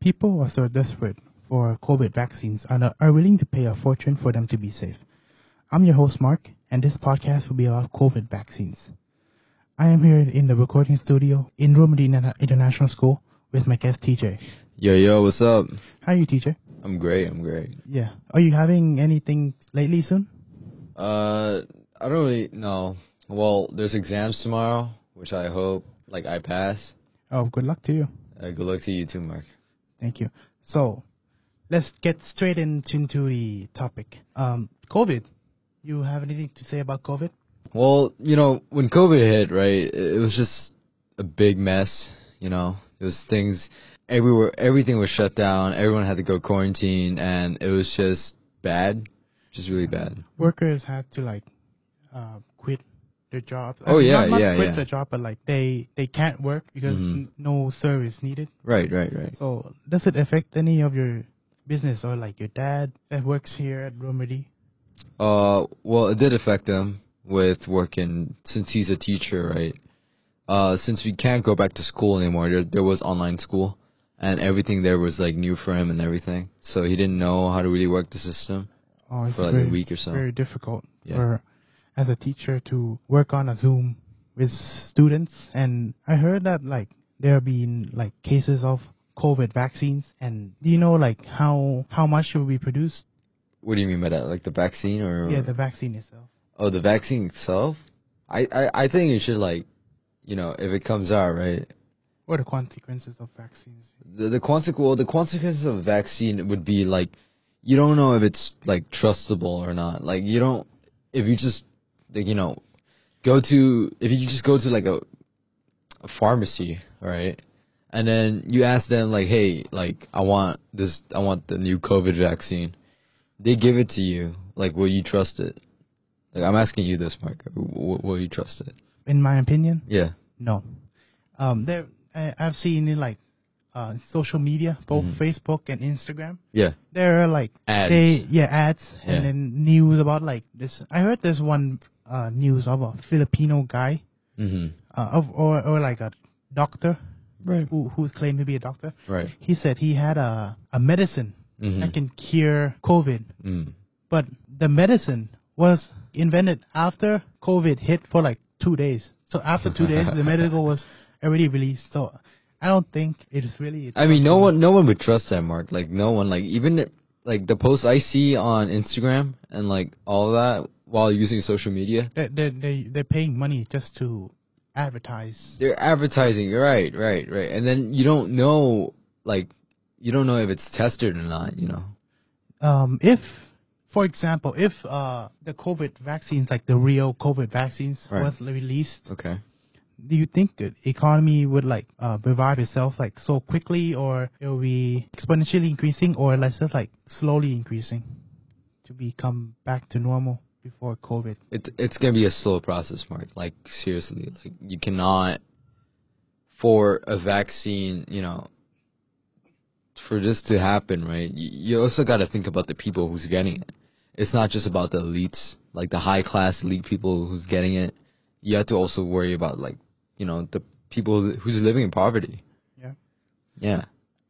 People who are so desperate for COVID vaccines and are- are willing to pay a fortune for them to be safe. I'm your host, Mark, and this podcast will be about COVID vaccines. I am here in the recording studio in Romedy Nana International School with my guest, TJ. Yo, yo, what's up? How are you, TJ? I'm great, I'm great. Yeah. Are you having anything lately soon? Uh, I don't really know. Well, there's exams tomorrow, which I hope, like, I pass. Oh, good luck to you. Uh, good luck to you too, Mark. Thank you. So, let's get straight into, into the topic. Um, COVID. You have anything to say about COVID? Well, you know, when COVID hit, right, it it was just a big mess, you know. There was things everywhere, everything was shut down, everyone had to go quarantine, and it was just bad. Just really bad. workers had to like uh, quit their job. Oh, Uh, yeah, not, not yeah, quit yeah. their job, but like they they can't work because Mhm. n- no service needed. Right, right, right. So does it affect any of your business or like your dad that works here at Romedy? Uh, well, it did affect him with working since he's a teacher, right? Uh, since we can't go back to school anymore, there there was online school, and everything there was like new for him and everything. So he didn't know how to really work the system Oh, it's for like very, a week or so. very difficult Yeah. for as a teacher to work on a Zoom with students. And I heard that like there have been like cases of COVID vaccines. And do you know like how how much will be produced? What do you mean by that? Like the vaccine or Yeah, the vaccine itself. oh the vaccine itself? I I I think you should like, you know, if it comes out right, What are the consequences of vaccines? the the consequence well, the consequences of a vaccine would be like you don't know if it's like trustable or not. Like you don't if you just like you know go to if you just go to like a a pharmacy, right? And then you ask them like, "Hey, like I want this I want the new COVID vaccine." They give it to you. Like will you trust it? Like I'm asking you this, Mark. W- will you trust it? In my opinion, Yeah. no. Um, there, I, I've seen in like uh, social media, both Mhm. Facebook and Instagram. Yeah. There are like Ads. they yeah ads Yeah. and then news about like this. I heard there's one uh, news of a Filipino guy mhm. uh, of or or like a doctor Right. who who claimed to be a doctor. Right. He said he had a a medicine Mhm. that can cure COVID, Mm. but the medicine was invented after COVID hit for like two days. So after two days, the medical was already released. So I don't think it is really. I mean, no one, no one would trust that, Mark. Like, no one, like, even like the posts I see on Instagram and like all that while using social media, They they they they're paying money just to advertise. they're advertising. You're right, right, right. And then you don't know, like, you don't know if it's tested or not. You know. Um, if for example, if uh the COVID vaccines, like the real COVID vaccines, Right. was released, Okay. do you think the economy would like uh, revive itself like so quickly, or it will be exponentially increasing, or let's just like slowly increasing to become back to normal before COVID? It's it's gonna be a slow process, Mark. Like seriously, like you cannot for a vaccine, you know, for this to happen, right? You, you also got to think about the people who's getting it. It's not just about the elites, like the high class elite people who's getting it. You have to also worry about like, you know, the people who's living in poverty. Yeah. Yeah.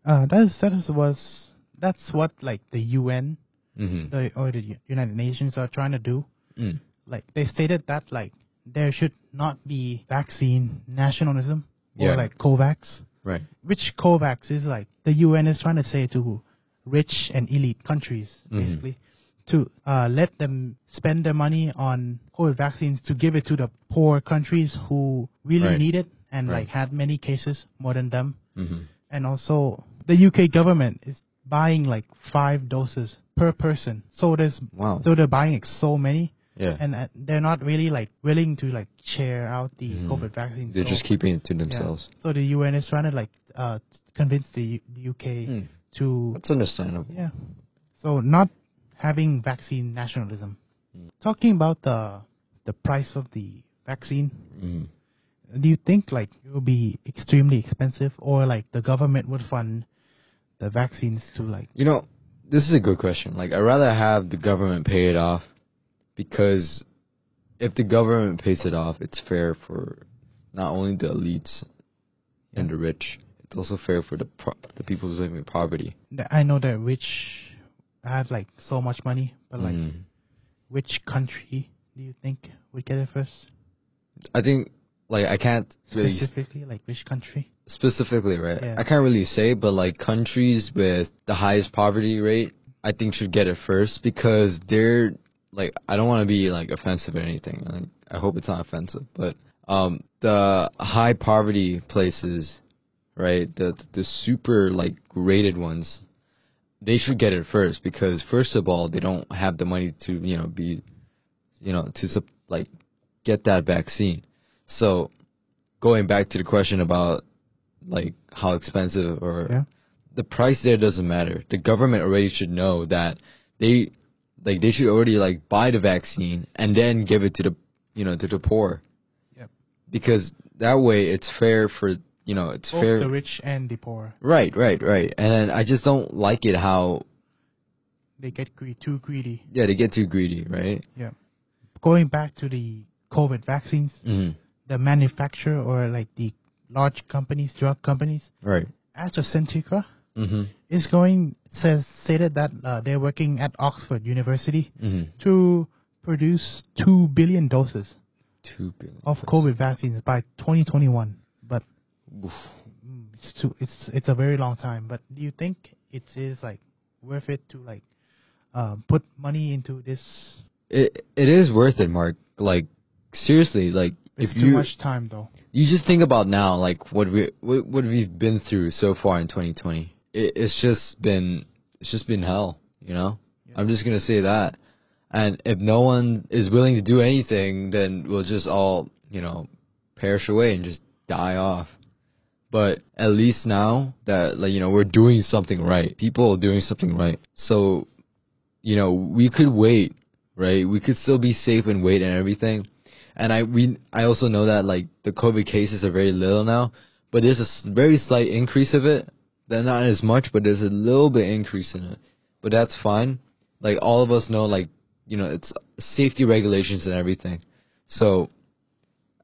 Uh, that is that is was that's what like the UN Mhm. the, or the United Nations are trying to do. Mm. Like they stated that like there should not be vaccine nationalism or Yeah. like COVAX, Right. which COVAX is like the UN is trying to say to rich and elite countries Mhm. basically to uh, let them spend their money on COVID vaccines to give it to the poor countries who really Right. need it and Right. like had many cases more than them Mhm. and also the UK government is buying like five doses per person. So there's Wow. so they're buying like so many, Yeah. and uh, they're not really like willing to like share out the Mhm. COVID vaccines. They're so, just keeping it to yeah. themselves. So the UN is trying to like uh, convince the, U- the UK Mm. to That's understandable. yeah. So not having vaccine nationalism. Mm. Talking about the the price of the vaccine, Mhm. do you think like it will be extremely expensive or like the government would fund the vaccines to like You know, this is a good question. Like, I'd rather have the government pay it off because if the government pays it off, it's fair for not only the elites and the rich, it's also fair for the pro- the people who's living in poverty. Th- I know that rich had like so much money, but like Mm. which country do you think would get it first? I think like I can't really Specifically, like which country? specifically, right? Yeah. I can't really say, but like countries with the highest poverty rate, I think should get it first because they're like I don't want to be like offensive or anything. Like, I hope it's not offensive, but um the high poverty places, right? The the super like rated ones, they should get it first because first of all, they don't have the money to, you know, be you know, to sup- like get that vaccine. So going back to the question about like how expensive or Yeah. the price there doesn't matter. The government already should know that they like they should already like buy the vaccine and then give it to the you know to the poor. Yep. Because that way it's fair for you know it's Both fair. the rich and the poor. right, right, right. And I just don't like it how They get gre- too greedy. yeah they get too greedy, right? Yeah. Going back to the COVID vaccines, Mm. the manufacturer or like the large companies, drug companies, Right. AstraZeneca Mhm. is going says stated that uh, they're working at Oxford University Mhm. to produce two billion doses Two billion. of COVID vaccines by 2021. But Oof. mm, it's too, it's it's a very long time. But do you think it is like worth it to like um, put money into this? It it is worth it, Mark. Like seriously, like It's if too you much time though. you just think about now, like what we what, what we've been through so far in 2020. It, it's just been it's just been hell, you know. Yeah. I'm just gonna say that. And if no one is willing to do anything, then we'll just all you know perish away and just die off. But at least now that like you know we're doing something right, people are doing something right. So you know we could wait, right? We could still be safe and wait and everything and I we I also know that like the COVID cases are very little now, but there's a s- very slight increase of it. They're not as much, but there's a little bit increase in it. But that's fine. Like all of us know, like you know, it's safety regulations and everything. So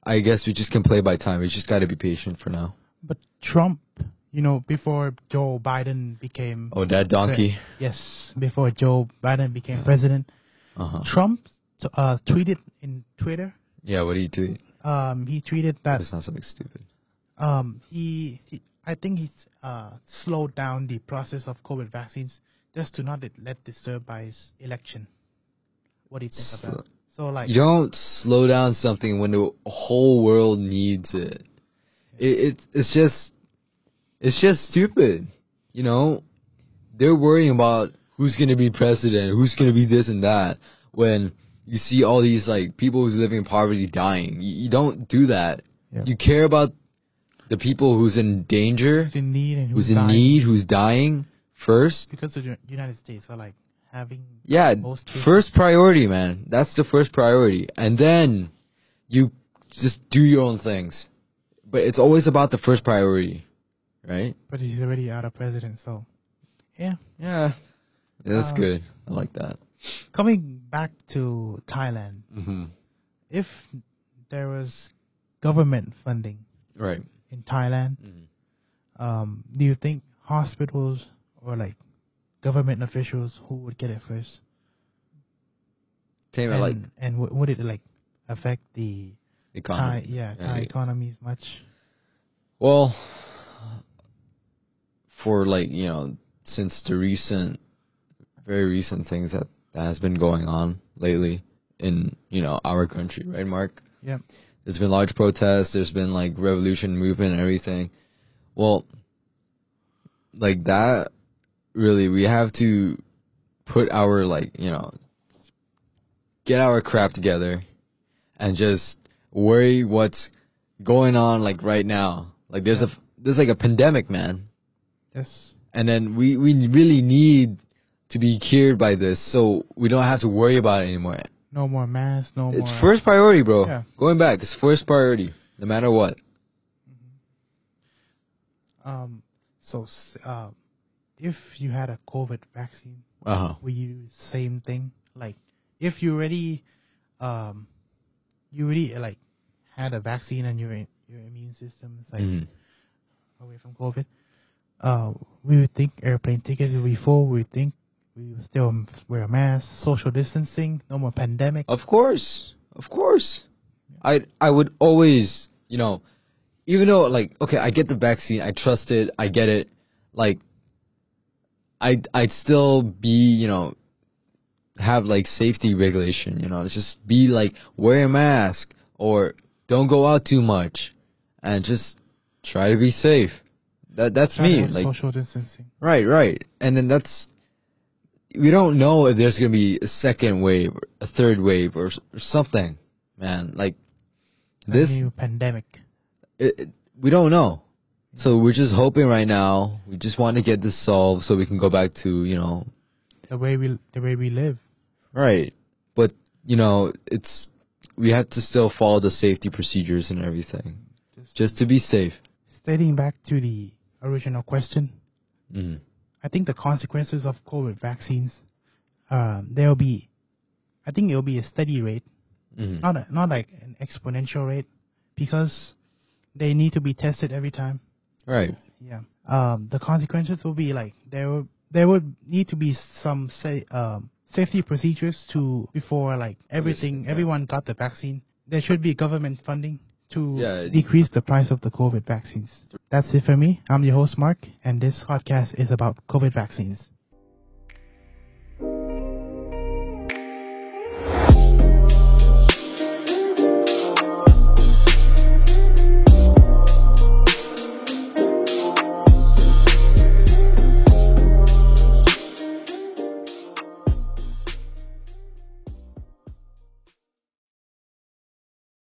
I guess we just can play by time. We just got to be patient for now. But Trump, you know, before Joe Biden became Oh, that donkey. yes, before Joe Biden became president, Uh huh. Trump t- uh, tweeted in Twitter. Yeah. What do you do? Um, he tweeted that That's not something stupid. um, he, he I think he's uh, slowed down the process of COVID vaccines just to not let- let disturb by his election. What do you think of Sl- that? So like You don't slow down something when the whole world needs it. It, it it's just it's just stupid. You know, they're worrying about who's going to be president, who's going to be this and that when you see all these like people who's living in poverty dying. You, you don't do that. Yeah. You care about the people who's in danger, who's in need and who's, who's in dying need, who's dying first. because the Ju- United States are like having Yeah, most cases. first priority, man. That's the first priority. And then you just do your own things. But it's always about the first priority, right? but he's already out of president. So yeah, Yeah. That's Uh, good. I like that. coming back to Thailand, Mm-hmm. if there was government funding Right. in Thailand, Mm-hmm. um, do you think hospitals or like government officials who would get it first? Same, I and like and w- would it like affect the Thai, economy. yeah, Yeah, Thai yeah. economies much? Well, for like, you know, since the recent, very recent things that, that has been going on lately in, you know, our country, right, Mark? Yeah, There's been large protests. There's been like revolution movement and everything. Well, like that, really, we have to put our like you know, get our crap together, and just worry what's going on like right now. Like there's a there's like a pandemic, man, yes, and then we we really need to be cured by this, so we don't have to worry about it anymore. no more masks, no more. It's first priority, bro. Yeah. Going back, it's first priority, no matter what. Mm-hmm. Um, so s- uh, if you had a COVID vaccine, Uh huh. would you do the same thing? Like, if you already, um, Mm-hmm. you already like had a vaccine and your i- your immune system is like away from COVID, uh, we would think airplane tickets would be full. We would think we would still wear a mask, social distancing, no more pandemic. Of course, of course. I I would always, you know, even though like okay, I get the vaccine, I trust it, I get it. Like, I I'd, I'd still be you know have like safety regulation. You know, It's just be like wear a mask or don't go out too much, and just try to be safe. That that's Try to me. have Like social distancing. Right, right. And then that's we don't know if there's gonna be a second wave, or a third wave, or, s- or something, man. Like a this, new pandemic. it, it- we don't know. So we're just hoping right now. We just want to get this solved so we can go back to you know, The way we the way we live. right. But you know, it's we have to still follow the safety procedures and everything, just to be safe. Stating back to the original question, Mm. I think the consequences of COVID vaccines, um, there'll be, I think it'll be a steady rate, Mm. not a, not like an exponential rate, because they need to be tested every time. Right. Yeah. Um, the consequences will be like there will, there would need to be some say um, safety procedures to before like everything yeah. everyone got the vaccine. There should be government funding to Yeah, it- decrease the price of the COVID vaccines. That's it for me. I'm your host Mark, and this podcast is about COVID vaccines.